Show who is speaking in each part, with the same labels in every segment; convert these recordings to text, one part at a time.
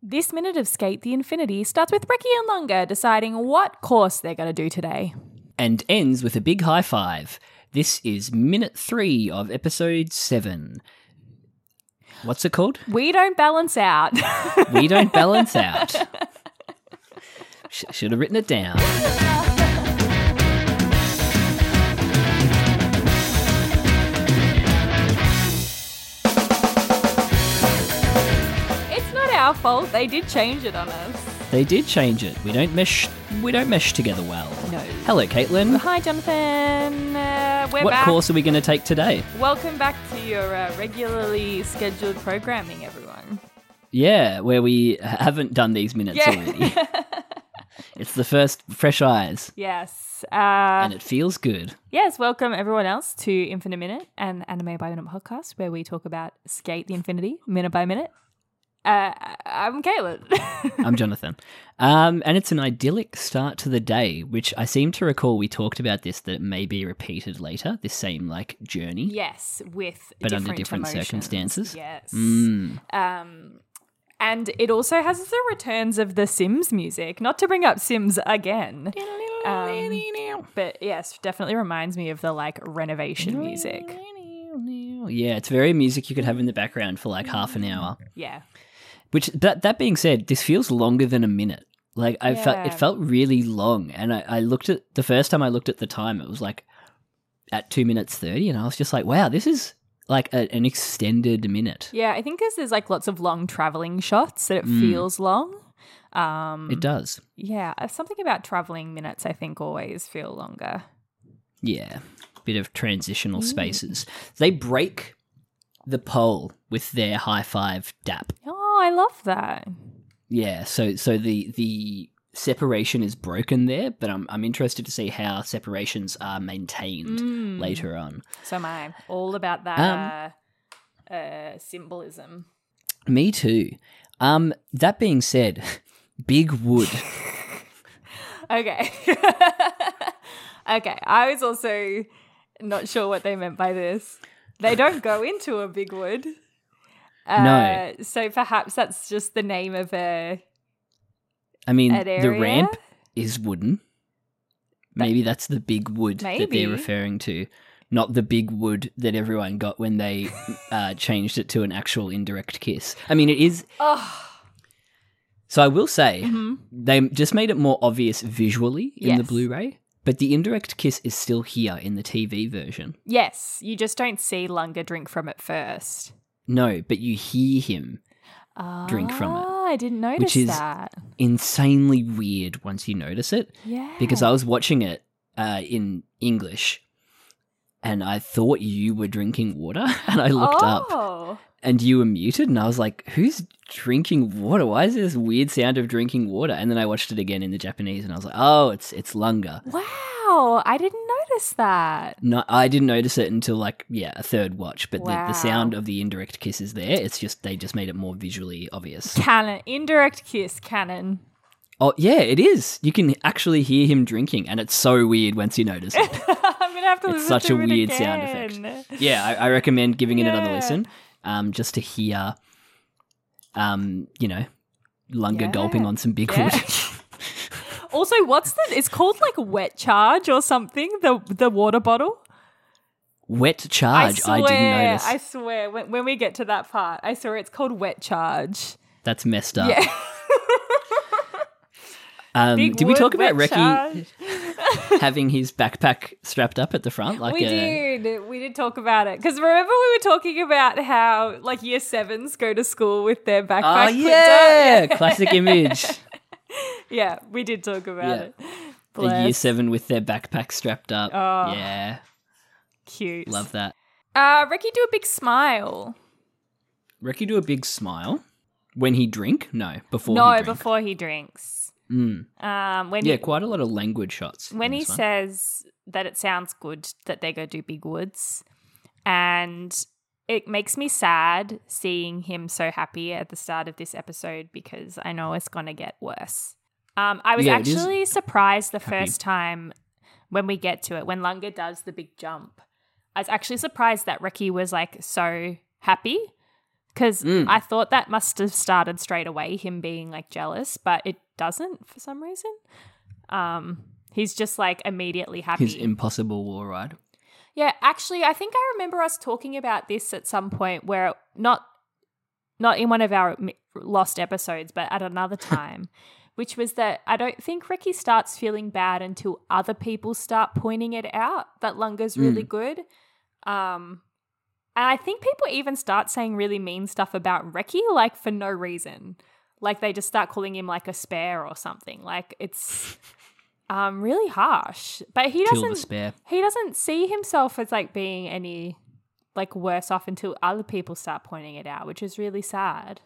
Speaker 1: This minute of Skate the Infinity starts with Ricky and Lunga deciding what course they're going to do today.
Speaker 2: and ends with a big high five. This is minute three of episode seven. What's it called?
Speaker 1: We don't balance out.
Speaker 2: We don't balance out. Sh- should have written it down.
Speaker 1: it's not our fault. They did change it on us.
Speaker 2: They did change it. We don't mesh. We don't mesh together well.
Speaker 1: No.
Speaker 2: Hello, Caitlin.
Speaker 1: Hi, Jonathan. Uh, we're
Speaker 2: what
Speaker 1: back.
Speaker 2: course are we going to take today?
Speaker 1: Welcome back to your uh, regularly scheduled programming, everyone.
Speaker 2: Yeah, where we haven't done these minutes
Speaker 1: Yeah.
Speaker 2: already. it's the first fresh eyes,
Speaker 1: Yes. Uh,
Speaker 2: and it feels good.
Speaker 1: yes, welcome everyone else to Infinite Minute, an anime by minute podcast where we talk about Skate the Infinity minute by minute. Uh, I'm Caitlin.
Speaker 2: I'm Jonathan. Um, and it's an idyllic start to the day, which I seem to recall we talked about this that it may be repeated later, this same like journey.
Speaker 1: Yes, with
Speaker 2: But
Speaker 1: different
Speaker 2: under different
Speaker 1: emotions.
Speaker 2: circumstances?
Speaker 1: Yes.
Speaker 2: Mm.
Speaker 1: Um, and it also has the returns of the Sims music. Not to bring up Sims again, um, but yes, definitely reminds me of the like renovation music.
Speaker 2: Yeah, it's very music you could have in the background for like half
Speaker 1: Mm.
Speaker 2: an hour.
Speaker 1: Yeah,
Speaker 2: Which that that being said, this feels longer than a minute. Like I felt it
Speaker 1: Yeah.
Speaker 2: felt really long, and I, I looked at the first time I looked at the time, it was like at two minutes thirty, and I was just like, wow, this is like a, an extended minute.
Speaker 1: yeah. I think because there's like lots of long traveling shots that it feels long. Um,
Speaker 2: Mm. It does.
Speaker 1: yeah, uh, something about traveling minutes I think always feel longer.
Speaker 2: Yeah, bit of transitional spaces. They break the pole with their high five dap.
Speaker 1: Oh, I love that.
Speaker 2: Yeah, so so the the separation is broken there, but I'm I'm interested to see how separations are maintained
Speaker 1: Mm.
Speaker 2: later on.
Speaker 1: So am I. All about that
Speaker 2: Um,
Speaker 1: uh, uh, symbolism.
Speaker 2: Me too. Um, that being said, Big Wood.
Speaker 1: Okay. okay. I was also not sure what they meant by this. They don't go into a big wood.
Speaker 2: No.
Speaker 1: Uh, So perhaps that's just the name of a.
Speaker 2: I mean,
Speaker 1: An
Speaker 2: the
Speaker 1: area?
Speaker 2: ramp is wooden. Maybe that's the big wood that
Speaker 1: Maybe.
Speaker 2: they're referring to, not the big wood that everyone got when they uh, changed it to an actual indirect kiss. I mean, it is.
Speaker 1: Oh,
Speaker 2: So I will say
Speaker 1: Mhm.
Speaker 2: they just made it more obvious visually in the
Speaker 1: Yes.
Speaker 2: Blu-ray, but the indirect kiss is still here in the TV version.
Speaker 1: yes. You just don't see Lunga drink from it first.
Speaker 2: No, but you hear him. Drink from it.
Speaker 1: Ah, I didn't notice
Speaker 2: is-
Speaker 1: that.
Speaker 2: Insanely weird once you notice it.
Speaker 1: Yeah.
Speaker 2: because I was watching it uh, in English, and I thought you were drinking water, and I looked up,
Speaker 1: Oh.
Speaker 2: and you were muted, and I was like, "Who's drinking water? Why is there this weird sound of drinking water?" And then I watched it again in the Japanese, and I was like, "Oh, it's it's lunga."
Speaker 1: Wow. I didn't notice that.
Speaker 2: No, I didn't notice it until like yeah, a third watch. But the,
Speaker 1: Wow.
Speaker 2: the sound of the indirect kiss is there. It's just they just made it more visually obvious.
Speaker 1: Canon. Indirect kiss, canon.
Speaker 2: Oh yeah, it is. You can actually hear him drinking, and it's so weird once you notice it.
Speaker 1: I'm gonna have to
Speaker 2: It's
Speaker 1: listen
Speaker 2: such
Speaker 1: to
Speaker 2: a
Speaker 1: it
Speaker 2: weird sound
Speaker 1: again.
Speaker 2: yeah, I, I recommend giving it another
Speaker 1: Yeah.
Speaker 2: listen, um, just to hear, um, you know, Lunga
Speaker 1: Yeah.
Speaker 2: gulping on some big wood.
Speaker 1: Yeah. Also, what's the? It's called like wet charge or something. The the water bottle.
Speaker 2: Wet charge. Ah, I,
Speaker 1: swear,
Speaker 2: didn't notice.
Speaker 1: I swear. When, when we get to that part, I swear it's called wet charge.
Speaker 2: That's messed up.
Speaker 1: Yeah.
Speaker 2: Um,
Speaker 1: Big
Speaker 2: did we
Speaker 1: wood,
Speaker 2: talk about
Speaker 1: wet
Speaker 2: Reki having his backpack strapped up at the front? Like
Speaker 1: we
Speaker 2: a,
Speaker 1: did. We did talk about it because remember we were talking about how like year sevens go to school with their
Speaker 2: Oh,
Speaker 1: backpack. clipped
Speaker 2: yeah.
Speaker 1: up.
Speaker 2: Classic image.
Speaker 1: yeah, yeah. We did talk about
Speaker 2: Yeah.
Speaker 1: it.
Speaker 2: A year
Speaker 1: Bless.
Speaker 2: seven with their backpack strapped up.
Speaker 1: Oh.
Speaker 2: Yeah.
Speaker 1: cute.
Speaker 2: Love that.
Speaker 1: Uh, Ricky, do a big smile.
Speaker 2: Recky do a big smile when he drink? No, before.
Speaker 1: no,
Speaker 2: he drink.
Speaker 1: before he drinks.
Speaker 2: Mm.
Speaker 1: Um, when
Speaker 2: Yeah,
Speaker 1: he,
Speaker 2: quite a lot of language shots. in
Speaker 1: when he
Speaker 2: this one.
Speaker 1: says that it sounds good that they go do big woods, and it makes me sad seeing him so happy at the start of this episode because I know it's gonna get worse. Um, I was
Speaker 2: Yeah, it is
Speaker 1: actually surprised the
Speaker 2: happy.
Speaker 1: first time when we get to it when Lunga does the big jump. I was actually surprised that Ricky was like so happy because
Speaker 2: Mm.
Speaker 1: I thought that must have started straight away him being like jealous, but it doesn't for some reason. Um, he's just like immediately happy.
Speaker 2: his impossible war ride.
Speaker 1: yeah, actually, I think I remember us talking about this at some point where not not in one of our mi- lost episodes, but at another time. Which was that I don't think Ricky starts feeling bad until other people start pointing it out that Lunga's really good. Um, and I think people even start saying really mean stuff about Reki, like for no reason. Like they just start calling him like a spare or something. Like it's um really harsh. But he
Speaker 2: Kill the
Speaker 1: doesn't
Speaker 2: spare.
Speaker 1: he doesn't see himself as like being any like worse off until other people start pointing it out, which is really sad.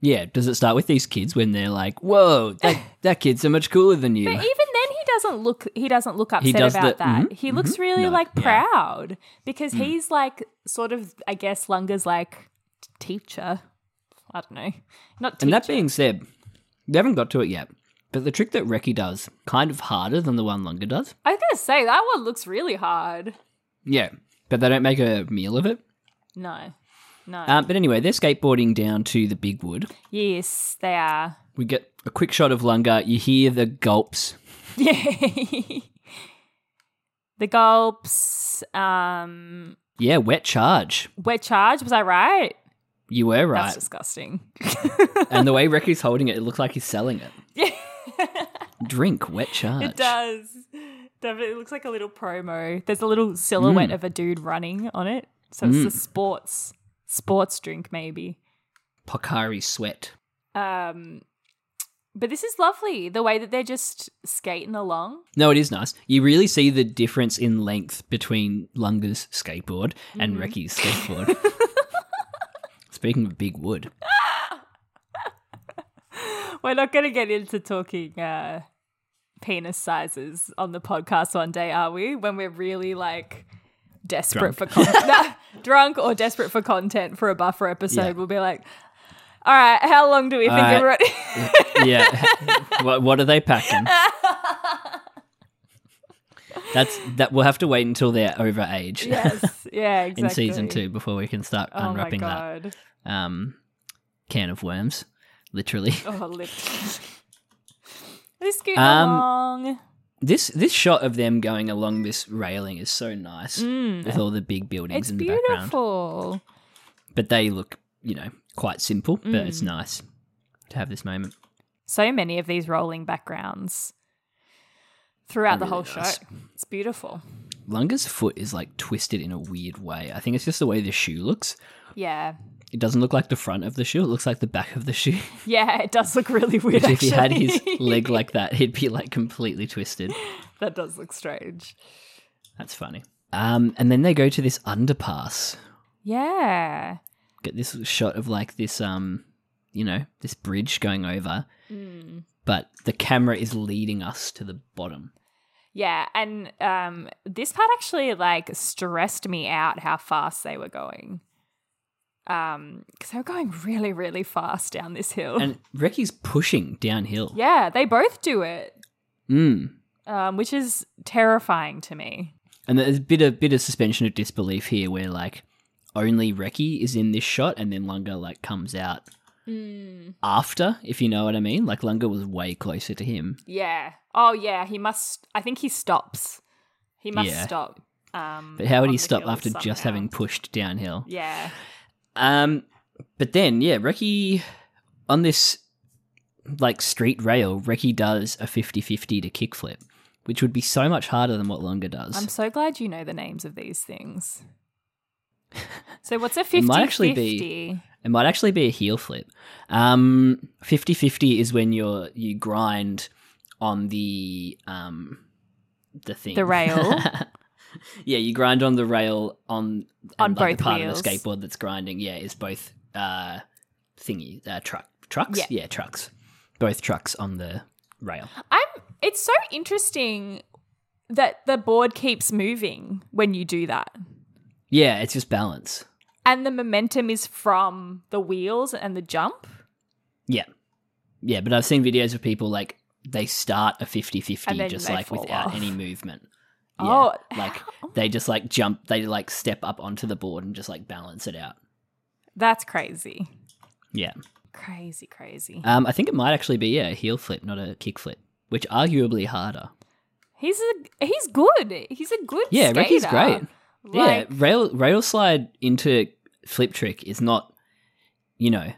Speaker 2: Yeah, does it start with these kids when they're like, "Whoa, that, that kid's so much cooler than you"?
Speaker 1: But even then he doesn't look he doesn't look upset
Speaker 2: does the-
Speaker 1: about that.
Speaker 2: mhm,
Speaker 1: he looks really
Speaker 2: No,
Speaker 1: like
Speaker 2: yeah. Mm.
Speaker 1: proud because he's like sort of I guess Lunga's like teacher. I don't know. Not teacher.
Speaker 2: and that being said, they haven't got to it yet. But the trick that Reki does, kind of harder than the one Lunga does.
Speaker 1: I was gonna say that one looks really hard.
Speaker 2: Yeah, but they don't make a meal of it.
Speaker 1: No, no.
Speaker 2: Um, but anyway, they're skateboarding down to the big wood.
Speaker 1: yes, they are.
Speaker 2: We get a quick shot of Lunga. You hear the gulps.
Speaker 1: Yeah. the gulps. Um,
Speaker 2: Yeah, wet charge.
Speaker 1: wet charge. Was I right?
Speaker 2: You were right.
Speaker 1: That's disgusting.
Speaker 2: and the way Reki's holding it, it looks like he's selling it.
Speaker 1: Yeah.
Speaker 2: Drink wet charge.
Speaker 1: it does. Definitely, it looks like a little promo. There's a little silhouette of a dude running on it. So it's a sports sports drink, maybe.
Speaker 2: Pokari sweat.
Speaker 1: Um, but this is lovely. The way that they're just skating along.
Speaker 2: No, it is nice. You really see the difference in length between Lunga's skateboard and
Speaker 1: Mm-hmm.
Speaker 2: Reki's skateboard. Speaking of big wood,
Speaker 1: We're not going to get into talking uh, penis sizes on the podcast one day, are we? When we're really like desperate for content, drunk or desperate for content for a buffer episode,
Speaker 2: Yeah. Uh,
Speaker 1: we'll be like, all right, how long do we think
Speaker 2: All
Speaker 1: we're
Speaker 2: right. yeah. what, what are they packing? That's that. We'll have to wait until they're over age
Speaker 1: yes, yeah, exactly.
Speaker 2: in season two before we can start
Speaker 1: Oh my
Speaker 2: unwrapping that
Speaker 1: god!
Speaker 2: um, can of worms. Literally,
Speaker 1: Oh, lip. This scoot
Speaker 2: Um,
Speaker 1: along.
Speaker 2: this this shot of them going along this railing is so nice with all the big buildings
Speaker 1: Mm. It's
Speaker 2: in the background.
Speaker 1: beautiful.
Speaker 2: but they look, you know, quite simple, but
Speaker 1: Mm.
Speaker 2: it's nice to have this moment.
Speaker 1: So many of these rolling backgrounds throughout the
Speaker 2: Really
Speaker 1: whole
Speaker 2: nice.
Speaker 1: show. It's beautiful.
Speaker 2: Lunga's foot is like twisted in a weird way. I think it's just the way the shoe looks.
Speaker 1: Yeah.
Speaker 2: It doesn't look like the front of the shoe, it looks like the back of the shoe.
Speaker 1: Yeah, it does look really weird.
Speaker 2: Which, if he had his
Speaker 1: actually.
Speaker 2: leg like that, he'd be like completely twisted.
Speaker 1: that does look strange.
Speaker 2: That's funny. Um, and then they go to this underpass.
Speaker 1: Yeah.
Speaker 2: Get this shot of like this, um, you know, this bridge going over, but the camera is leading us to the bottom.
Speaker 1: Yeah, and um, this part actually like stressed me out how fast they were going. Um, because they were going really, really fast down this hill.
Speaker 2: And Reki's pushing downhill.
Speaker 1: yeah, they both do it,
Speaker 2: Mm.
Speaker 1: um, which is terrifying to me.
Speaker 2: And there's a bit of bit of suspension of disbelief here, where like only Reki is in this shot, and then Lunga like comes out Hmm. after, if you know what I mean. Like Lunga was way closer to him.
Speaker 1: Yeah. Oh, yeah. He must. I think he stops. He must
Speaker 2: Yeah.
Speaker 1: stop. Um,
Speaker 2: But how would
Speaker 1: on
Speaker 2: he
Speaker 1: the
Speaker 2: stop
Speaker 1: hill
Speaker 2: after
Speaker 1: somehow.
Speaker 2: just having pushed downhill?
Speaker 1: Yeah.
Speaker 2: Um, but then yeah, Reki on this like street rail, Reki does a 50-50 to kickflip, which would be so much harder than what Lunga does.
Speaker 1: I'm so glad you know the names of these things. So what's a 50
Speaker 2: It might actually be- It might actually be a heel flip. Um, 50-50 is when you're you grind on the um the thing.
Speaker 1: The rail.
Speaker 2: yeah, you grind on the rail on
Speaker 1: On
Speaker 2: and, like,
Speaker 1: both
Speaker 2: the part
Speaker 1: wheels.
Speaker 2: of the skateboard that's grinding. Yeah, is both uh, thingy uh, truck trucks.
Speaker 1: Yeah.
Speaker 2: trucks. Both trucks on the rail.
Speaker 1: I'm. It's so interesting that the board keeps moving when you do that,
Speaker 2: Yeah, it's just balance.
Speaker 1: and the momentum is from the wheels and the jump.
Speaker 2: Yeah, yeah. But I've seen videos of people like they start a
Speaker 1: And
Speaker 2: 50-50
Speaker 1: then
Speaker 2: just
Speaker 1: they
Speaker 2: like
Speaker 1: fall
Speaker 2: without
Speaker 1: off.
Speaker 2: any movement.
Speaker 1: Oh,
Speaker 2: like they just like jump. They like step up onto the board and just like balance it out.
Speaker 1: That's crazy.
Speaker 2: Yeah.
Speaker 1: Crazy, crazy.
Speaker 2: Um, I think it might actually be yeah, a heel flip, not a kick flip, which arguably harder.
Speaker 1: he's a he's good. He's a good
Speaker 2: Yeah,
Speaker 1: skater.
Speaker 2: Ricky's great.
Speaker 1: Like,
Speaker 2: yeah, rail rail slide into flip trick is not, you know,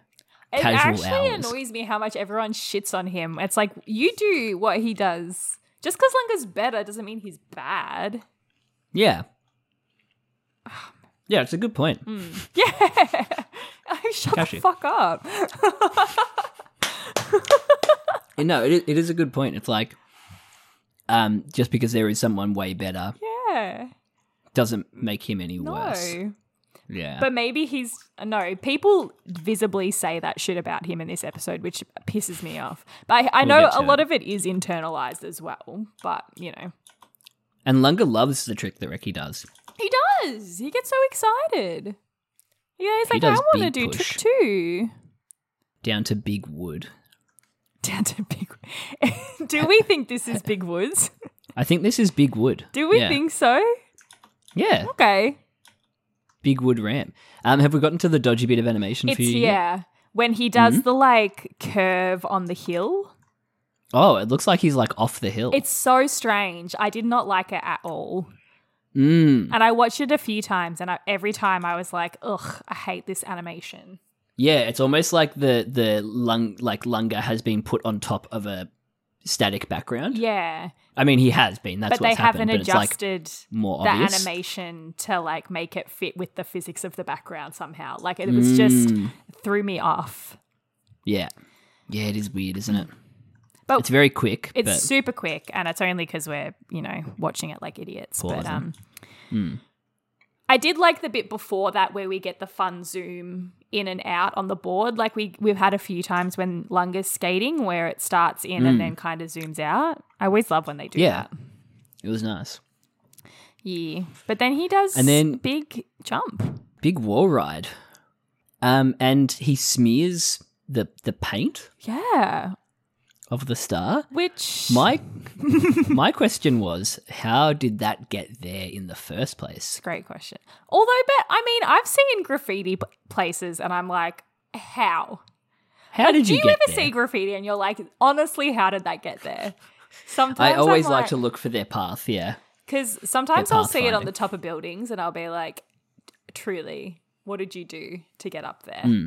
Speaker 1: It
Speaker 2: casual
Speaker 1: actually
Speaker 2: hours.
Speaker 1: annoys me how much everyone shits on him. It's like you do what he does. Just because Lunga's better doesn't mean he's bad.
Speaker 2: yeah, yeah. It's a good point.
Speaker 1: Hmm. Yeah, I shut
Speaker 2: Kashi.
Speaker 1: the fuck up.
Speaker 2: No, it, i- it is a good point. It's like, um, just because there is someone way better
Speaker 1: Yeah,
Speaker 2: doesn't make him any
Speaker 1: no.
Speaker 2: worse. Yeah,
Speaker 1: But maybe he's no. People visibly say that shit about him in this episode, which pisses me off. But I, I
Speaker 2: We'll
Speaker 1: know
Speaker 2: get
Speaker 1: a
Speaker 2: to
Speaker 1: lot
Speaker 2: it.
Speaker 1: of it is internalized as well. But you know,
Speaker 2: and Lunga loves the trick that Reki does.
Speaker 1: He does. He gets so excited. Yeah, he's
Speaker 2: He
Speaker 1: like, I
Speaker 2: does
Speaker 1: want to
Speaker 2: big
Speaker 1: do
Speaker 2: push.
Speaker 1: trick two.
Speaker 2: Down to big wood.
Speaker 1: Down to Big. do we think this is Big Woods?
Speaker 2: I think this is big wood.
Speaker 1: Do we
Speaker 2: Yeah.
Speaker 1: think so?
Speaker 2: Yeah,
Speaker 1: Okay,
Speaker 2: big wood ramp. Um, have we gotten to the dodgy bit of animation
Speaker 1: it's
Speaker 2: for you? yet?
Speaker 1: yeah. When he does
Speaker 2: Mm-hmm.
Speaker 1: the like curve on the hill,
Speaker 2: Oh, it looks like he's like off the hill.
Speaker 1: it's so strange. I did not like it at all,
Speaker 2: mm.
Speaker 1: and I watched it a few times, and I, every time I was like, ugh, I hate this animation.
Speaker 2: Yeah, it's almost like the the lung like lunga has been put on top of a static background.
Speaker 1: Yeah,
Speaker 2: I mean, he has been. That's
Speaker 1: but they
Speaker 2: what's happened.
Speaker 1: haven't
Speaker 2: but it's like
Speaker 1: adjusted
Speaker 2: more
Speaker 1: the
Speaker 2: obvious.
Speaker 1: animation to like make it fit with the physics of the background somehow. Like it was just
Speaker 2: Mm,
Speaker 1: threw me off.
Speaker 2: yeah, yeah. It is weird, isn't it?
Speaker 1: But-
Speaker 2: it's very quick.
Speaker 1: It's
Speaker 2: but
Speaker 1: super quick, and it's only because we're you know watching it like idiots. But
Speaker 2: Pausing.
Speaker 1: um,
Speaker 2: Hmm.
Speaker 1: I did like the bit before that where we get the fun zoom in and out on the board. Like we we've had a few times when Lunga's skating where it starts in and then kind of zooms out. I always love when they do
Speaker 2: Hmm. yeah,
Speaker 1: that.
Speaker 2: it was nice.
Speaker 1: Yeah, but then he does
Speaker 2: And then-
Speaker 1: big jump.
Speaker 2: Big wall ride. Um, and he smears the the paint
Speaker 1: Yeah,
Speaker 2: of the star.
Speaker 1: which
Speaker 2: My my question was, how did that get there in the first place?
Speaker 1: Great question. Although, but I mean, I've seen graffiti p- places, and I'm like, how?
Speaker 2: How did
Speaker 1: Do
Speaker 2: you
Speaker 1: you
Speaker 2: get
Speaker 1: ever
Speaker 2: there?
Speaker 1: see graffiti and you're like, honestly, how did that get there? Sometimes
Speaker 2: I always like to look for their path. Yeah.
Speaker 1: because sometimes
Speaker 2: Get
Speaker 1: I'll see it on
Speaker 2: pathfinding.
Speaker 1: the top of buildings, and I'll be like, truly, what did you do to get up there?
Speaker 2: Hmm.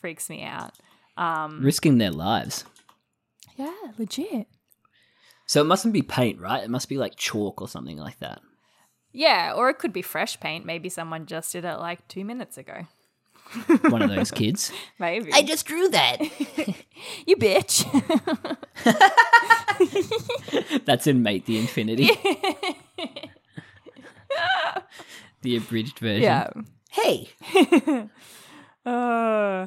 Speaker 1: Freaks me out.
Speaker 2: risking their lives.
Speaker 1: Yeah, legit.
Speaker 2: So it mustn't be paint, right? It must be like chalk or something like that.
Speaker 1: Yeah, or it could be fresh paint. Maybe someone just did it like two minutes ago.
Speaker 2: One of those kids.
Speaker 1: Maybe
Speaker 2: just drew that.
Speaker 1: you bitch.
Speaker 2: That's in Mate the Infinity. the abridged version.
Speaker 1: yeah.
Speaker 2: Hey.
Speaker 1: Uh,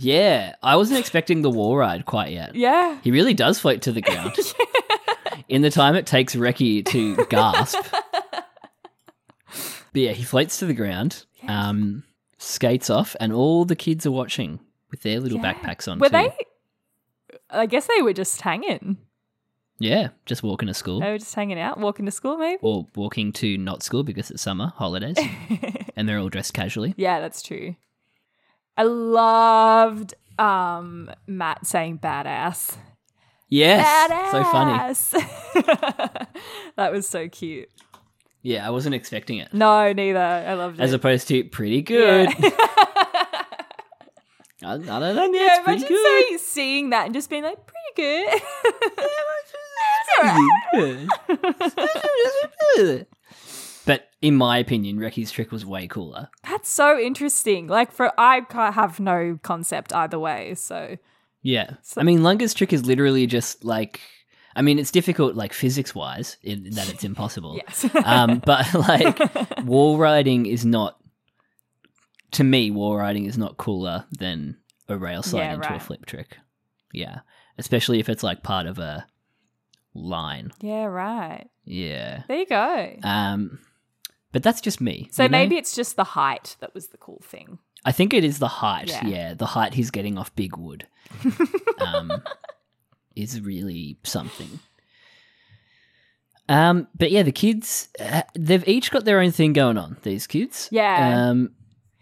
Speaker 2: Yeah, I wasn't expecting the wall ride quite yet.
Speaker 1: Yeah.
Speaker 2: He really does float to the ground. In the time it takes Reki to gasp. but yeah, he floats to the ground, um, skates off, and all the kids are watching with their little backpacks on.
Speaker 1: Were
Speaker 2: too.
Speaker 1: they? I guess they were just hanging.
Speaker 2: Yeah, just walking to school.
Speaker 1: They were just hanging out, walking to school, maybe.
Speaker 2: Or walking to not school because it's summer, holidays. and they're all dressed casually.
Speaker 1: Yeah, that's true. I loved um, Matt saying badass.
Speaker 2: Yes!
Speaker 1: Badass.
Speaker 2: So funny.
Speaker 1: that was so cute.
Speaker 2: Yeah, I wasn't expecting it.
Speaker 1: No, neither. I loved
Speaker 2: As
Speaker 1: it.
Speaker 2: opposed to pretty good. I, I don't know.
Speaker 1: yeah,
Speaker 2: Yeah, pretty
Speaker 1: imagine
Speaker 2: good.
Speaker 1: say- seeing that and just being like, pretty good.
Speaker 2: but in my opinion, Reki's trick was way cooler.
Speaker 1: That's so interesting. Like for I can't have no concept either way. So
Speaker 2: Yeah. I mean, Lunga's trick is literally just like, I mean, it's difficult, like physics wise, in that it's impossible.
Speaker 1: yes,
Speaker 2: um, but like, wall riding is not, to me, wall riding is not cooler than a rail slide
Speaker 1: Yeah,
Speaker 2: into a
Speaker 1: right.
Speaker 2: flip trick. Yeah. Especially if it's like part of a line.
Speaker 1: yeah, right.
Speaker 2: Yeah.
Speaker 1: There you go.
Speaker 2: Um, but that's just me.
Speaker 1: So
Speaker 2: you know?
Speaker 1: maybe it's just the height that was the cool thing.
Speaker 2: I think it is the height. Yeah,
Speaker 1: Yeah.
Speaker 2: the height he's getting off Big Wood um, is really something. Um, but yeah, the kids, uh, they've each got their own thing going on, these kids.
Speaker 1: Yeah.
Speaker 2: Um,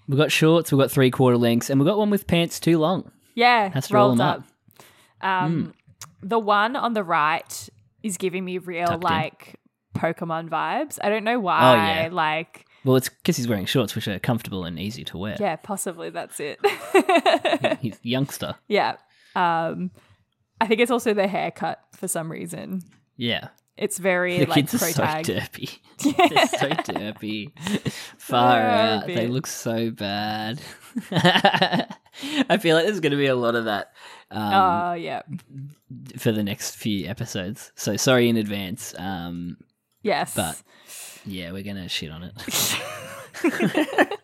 Speaker 2: we've got shorts, we've got three quarter lengths, and we've got one with pants too long.
Speaker 1: Yeah,
Speaker 2: Has to roll
Speaker 1: rolled
Speaker 2: them
Speaker 1: up. Um, The one on the right is giving me real
Speaker 2: Hmm. Tucked in. Oh,
Speaker 1: like Pokemon vibes. I don't know why.
Speaker 2: yeah.
Speaker 1: Like,
Speaker 2: Well, it's because he's wearing shorts, which are comfortable and easy to wear.
Speaker 1: yeah, possibly that's it.
Speaker 2: He's a youngster.
Speaker 1: yeah. Um, I think it's also the haircut for some reason.
Speaker 2: Yeah.
Speaker 1: It's very
Speaker 2: The
Speaker 1: like
Speaker 2: kids are
Speaker 1: pro
Speaker 2: so
Speaker 1: tag.
Speaker 2: derpy. They're so derpy. Far
Speaker 1: They are a
Speaker 2: out. They
Speaker 1: bit.
Speaker 2: look so bad. I feel like there's going to be a lot of that um,
Speaker 1: Oh yeah,
Speaker 2: for the next few episodes. So sorry in advance. Um,
Speaker 1: yes.
Speaker 2: but- yeah, we're going to shit on it.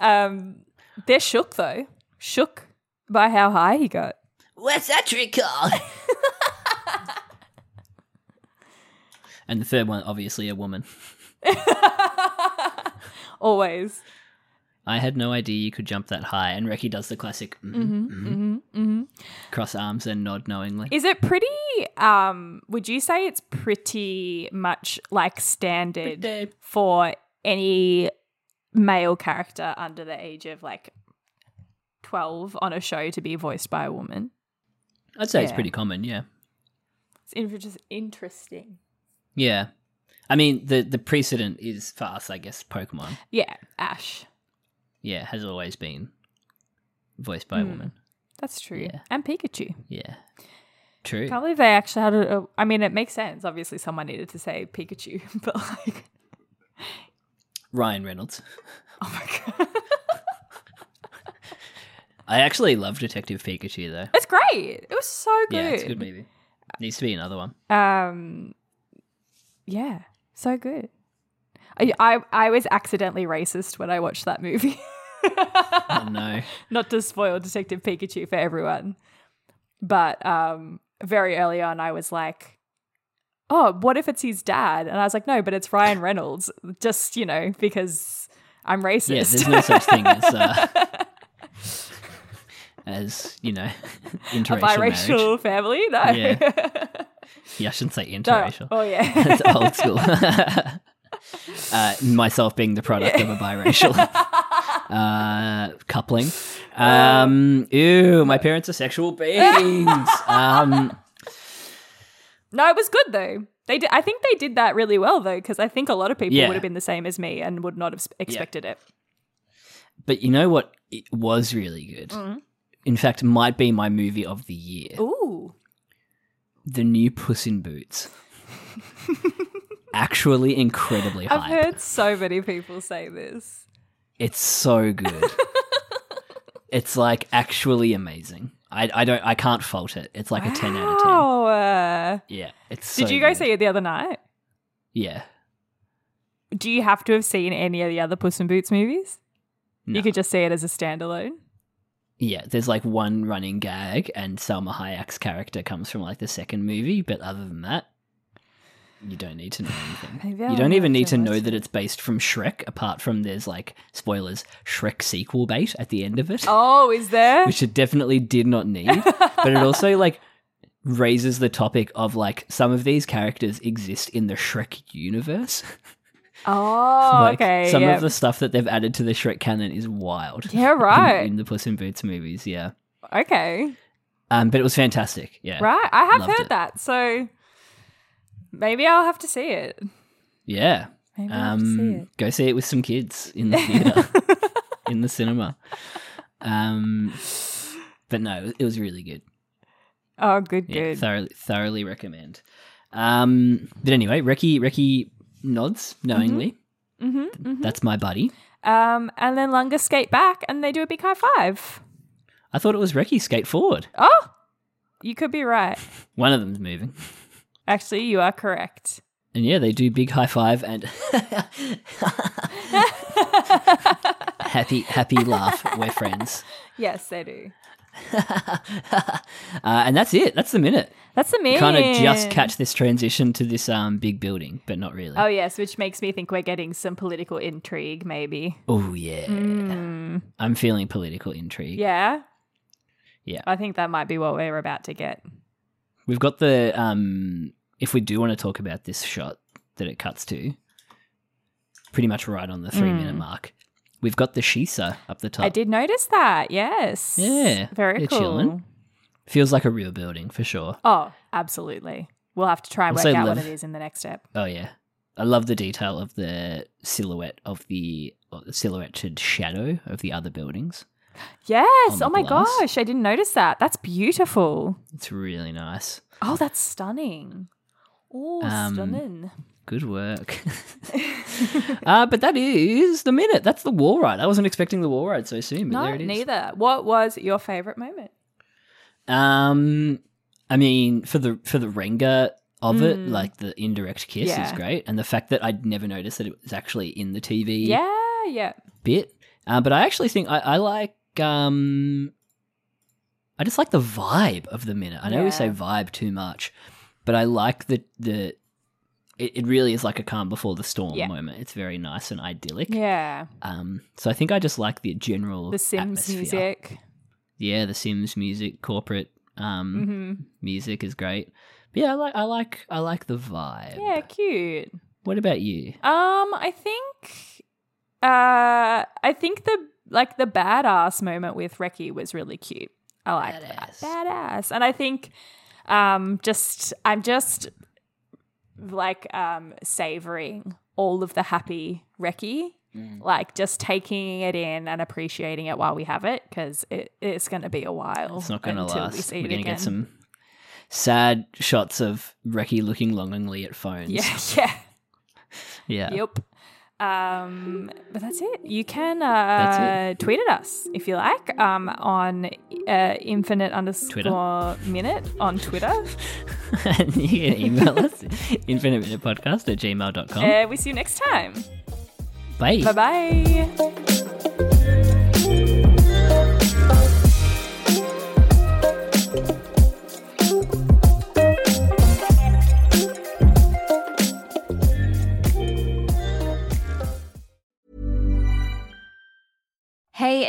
Speaker 1: um, they're shook though, shook by how high he got.
Speaker 2: What's that trick called? and the third one, obviously, a woman.
Speaker 1: Always.
Speaker 2: I had no idea you could jump that high. And Reki does the classic mm,
Speaker 1: hmm
Speaker 2: cross arms and nod knowingly.
Speaker 1: Is it pretty? Um, would you say it's pretty much like standard
Speaker 2: Pretty.
Speaker 1: for any male character under the age of like twelve on a show to be voiced by a woman?
Speaker 2: I'd say it's
Speaker 1: Yeah.
Speaker 2: pretty common, yeah.
Speaker 1: It's in- just interesting.
Speaker 2: Yeah. I mean, the the precedent is for us, I guess, Pokemon.
Speaker 1: Yeah, Ash.
Speaker 2: Yeah, has always been voiced
Speaker 1: Hmm.
Speaker 2: by a woman.
Speaker 1: That's true.
Speaker 2: Yeah.
Speaker 1: And Pikachu.
Speaker 2: Yeah. True.
Speaker 1: Can't believe they actually had a. I mean, it makes sense. Obviously, someone needed to say Pikachu, but like,
Speaker 2: Ryan Reynolds.
Speaker 1: oh my god,
Speaker 2: I actually love Detective Pikachu, though.
Speaker 1: it's great. It was so good.
Speaker 2: Yeah, it's a good movie. Needs to be another one.
Speaker 1: Um, yeah, so good. I, I I was accidentally racist when I watched that movie.
Speaker 2: Oh, no.
Speaker 1: Not to spoil Detective Pikachu for everyone, but um, very early on, I was like, "Oh, what if it's his dad?" And I was like, "No, but it's Ryan Reynolds." Just you know, because I'm racist.
Speaker 2: Yeah, there's no such thing as, uh, as you know,
Speaker 1: a
Speaker 2: interracial
Speaker 1: biracial
Speaker 2: marriage.
Speaker 1: family. No.
Speaker 2: Yeah. Yeah, I shouldn't say
Speaker 1: No.
Speaker 2: interracial.
Speaker 1: Oh yeah.
Speaker 2: It's old school. uh, myself being the product of a biracial uh, coupling.
Speaker 1: Uh,
Speaker 2: Um, ew, my parents are sexual beings. Um,
Speaker 1: no, it was good though. They did, I think they did that really well though, because I think a lot of people
Speaker 2: Yeah.
Speaker 1: would have been the same as me and would not have s- expected it.
Speaker 2: but you know what? It was really good. In fact, might be my movie of the year.
Speaker 1: Mm. Ooh.
Speaker 2: The new Puss in Boots. Actually, incredibly
Speaker 1: I've
Speaker 2: hype.
Speaker 1: heard so many people say this.
Speaker 2: It's so good. it's like actually amazing. I, I don't I can't fault it. It's like a ten out of ten.
Speaker 1: Oh, uh,
Speaker 2: Yeah, it's.
Speaker 1: did
Speaker 2: so
Speaker 1: you go
Speaker 2: good.
Speaker 1: see it the other night?
Speaker 2: Yeah,
Speaker 1: Do you have to have seen any of the other Puss in Boots movies?
Speaker 2: No.
Speaker 1: You could just see it as a standalone.
Speaker 2: Yeah, there's like one running gag, and Selma Hayek's character comes from like the second movie, but other than that, you don't need to know anything.
Speaker 1: Maybe I'll
Speaker 2: you don't
Speaker 1: have
Speaker 2: even need
Speaker 1: to
Speaker 2: to know
Speaker 1: watch
Speaker 2: that it's based from Shrek, apart from there's like spoilers, Shrek sequel bait at the end of it,
Speaker 1: Oh, is there?
Speaker 2: which it definitely did not need. but it also like raises the topic of like some of these characters exist in the Shrek universe.
Speaker 1: Oh,
Speaker 2: like,
Speaker 1: okay.
Speaker 2: Some
Speaker 1: yeah.
Speaker 2: of the stuff that they've added to the Shrek canon is wild.
Speaker 1: Yeah,
Speaker 2: In-
Speaker 1: right.
Speaker 2: in the Puss in Boots movies, yeah.
Speaker 1: okay.
Speaker 2: Um, but it was fantastic. Yeah.
Speaker 1: Right. I have
Speaker 2: loved
Speaker 1: heard
Speaker 2: it.
Speaker 1: that. So maybe I'll have to see it.
Speaker 2: Yeah.
Speaker 1: Maybe I'll have to see
Speaker 2: Um,
Speaker 1: it.
Speaker 2: go see it with some kids in the theater, in the cinema. Um, but no, it was really good.
Speaker 1: Oh, good,
Speaker 2: Yeah,
Speaker 1: good.
Speaker 2: thoroughly, thoroughly recommend. Um, but anyway, Reki Reki nods knowingly.
Speaker 1: hmm
Speaker 2: That's my buddy.
Speaker 1: Um, and then Lunga skate back and they do a big high five.
Speaker 2: I thought it was Reki skate forward.
Speaker 1: Oh, you could be right.
Speaker 2: One of them's moving.
Speaker 1: Actually, you are correct.
Speaker 2: And yeah, they do big high five and happy happy laugh. We're friends.
Speaker 1: Yes, they do.
Speaker 2: uh, and that's it. That's the minute.
Speaker 1: That's the
Speaker 2: You
Speaker 1: man.
Speaker 2: kind of just catch this transition to this um big building, but not really.
Speaker 1: Oh, yes, which makes me think we're getting some political intrigue, maybe. Hmm.
Speaker 2: Oh yeah, I'm feeling political intrigue.
Speaker 1: mm. Yeah?
Speaker 2: Yeah.
Speaker 1: I think that might be what we're about to get.
Speaker 2: We've got the um if we do want to talk about this shot that it cuts to, pretty much right on the three minute mark. We've got the Shisa up the top.
Speaker 1: Mm. I did notice that, yes.
Speaker 2: Yeah,
Speaker 1: Very
Speaker 2: they're
Speaker 1: cool.
Speaker 2: chilling. Feels like a real building for sure.
Speaker 1: Oh, absolutely. We'll have to try and work
Speaker 2: Also
Speaker 1: out
Speaker 2: love-
Speaker 1: what it is in the next step.
Speaker 2: Oh yeah, I love the detail of the silhouette of the, or the silhouetted shadow of the other buildings.
Speaker 1: Yes.
Speaker 2: the
Speaker 1: Oh my
Speaker 2: glass.
Speaker 1: gosh. I didn't notice that. That's beautiful.
Speaker 2: It's really nice.
Speaker 1: Oh, that's stunning. Oh,
Speaker 2: Um,
Speaker 1: stunning.
Speaker 2: Good work. uh, but that is the minute. That's the wall ride. I wasn't expecting the wall ride so soon, but
Speaker 1: No,
Speaker 2: there it is.
Speaker 1: neither. What was your favorite moment?
Speaker 2: Um, I mean, for the for the Renga of it, like the indirect kiss is
Speaker 1: Mm. Yeah.
Speaker 2: great, and the fact that I'd never noticed that it was actually in the TV
Speaker 1: Yeah, yeah.
Speaker 2: bit. Uh, but I actually think I, I like. Um, I just like the vibe of the minute. I know we
Speaker 1: Yeah.
Speaker 2: say vibe too much, but I like the the. It, it really is like a calm before the storm
Speaker 1: Yeah.
Speaker 2: moment. It's very nice and idyllic.
Speaker 1: Yeah.
Speaker 2: Um, so I think I just like the general
Speaker 1: The Sims
Speaker 2: atmosphere.
Speaker 1: music.
Speaker 2: Yeah, the Sims music, corporate um,
Speaker 1: Mm-hmm.
Speaker 2: music is great. But yeah, I like I like I like the vibe.
Speaker 1: Yeah, cute.
Speaker 2: What about you?
Speaker 1: Um, I think uh I think the like the badass moment with Reki was really cute. I like that. Badass. And I think um just I'm just like um savoring all of the happy Reki. Like just taking it in and appreciating it while we have it, because it, it's going to be a while.
Speaker 2: It's not going to
Speaker 1: until we
Speaker 2: last.
Speaker 1: see
Speaker 2: We're
Speaker 1: it
Speaker 2: going to
Speaker 1: again.
Speaker 2: get some sad shots of Reki looking longingly at phones.
Speaker 1: Yeah, yeah.
Speaker 2: yeah.
Speaker 1: Yep. Um, but that's it. You can uh,
Speaker 2: That's
Speaker 1: tweet at us if you like um, on uh, infinite underscore minute on Twitter.
Speaker 2: Oh. and you can email us infinite minute podcast at gmail.com.
Speaker 1: uh, we see you next time.
Speaker 2: Bye.
Speaker 1: Bye bye.
Speaker 3: Hey,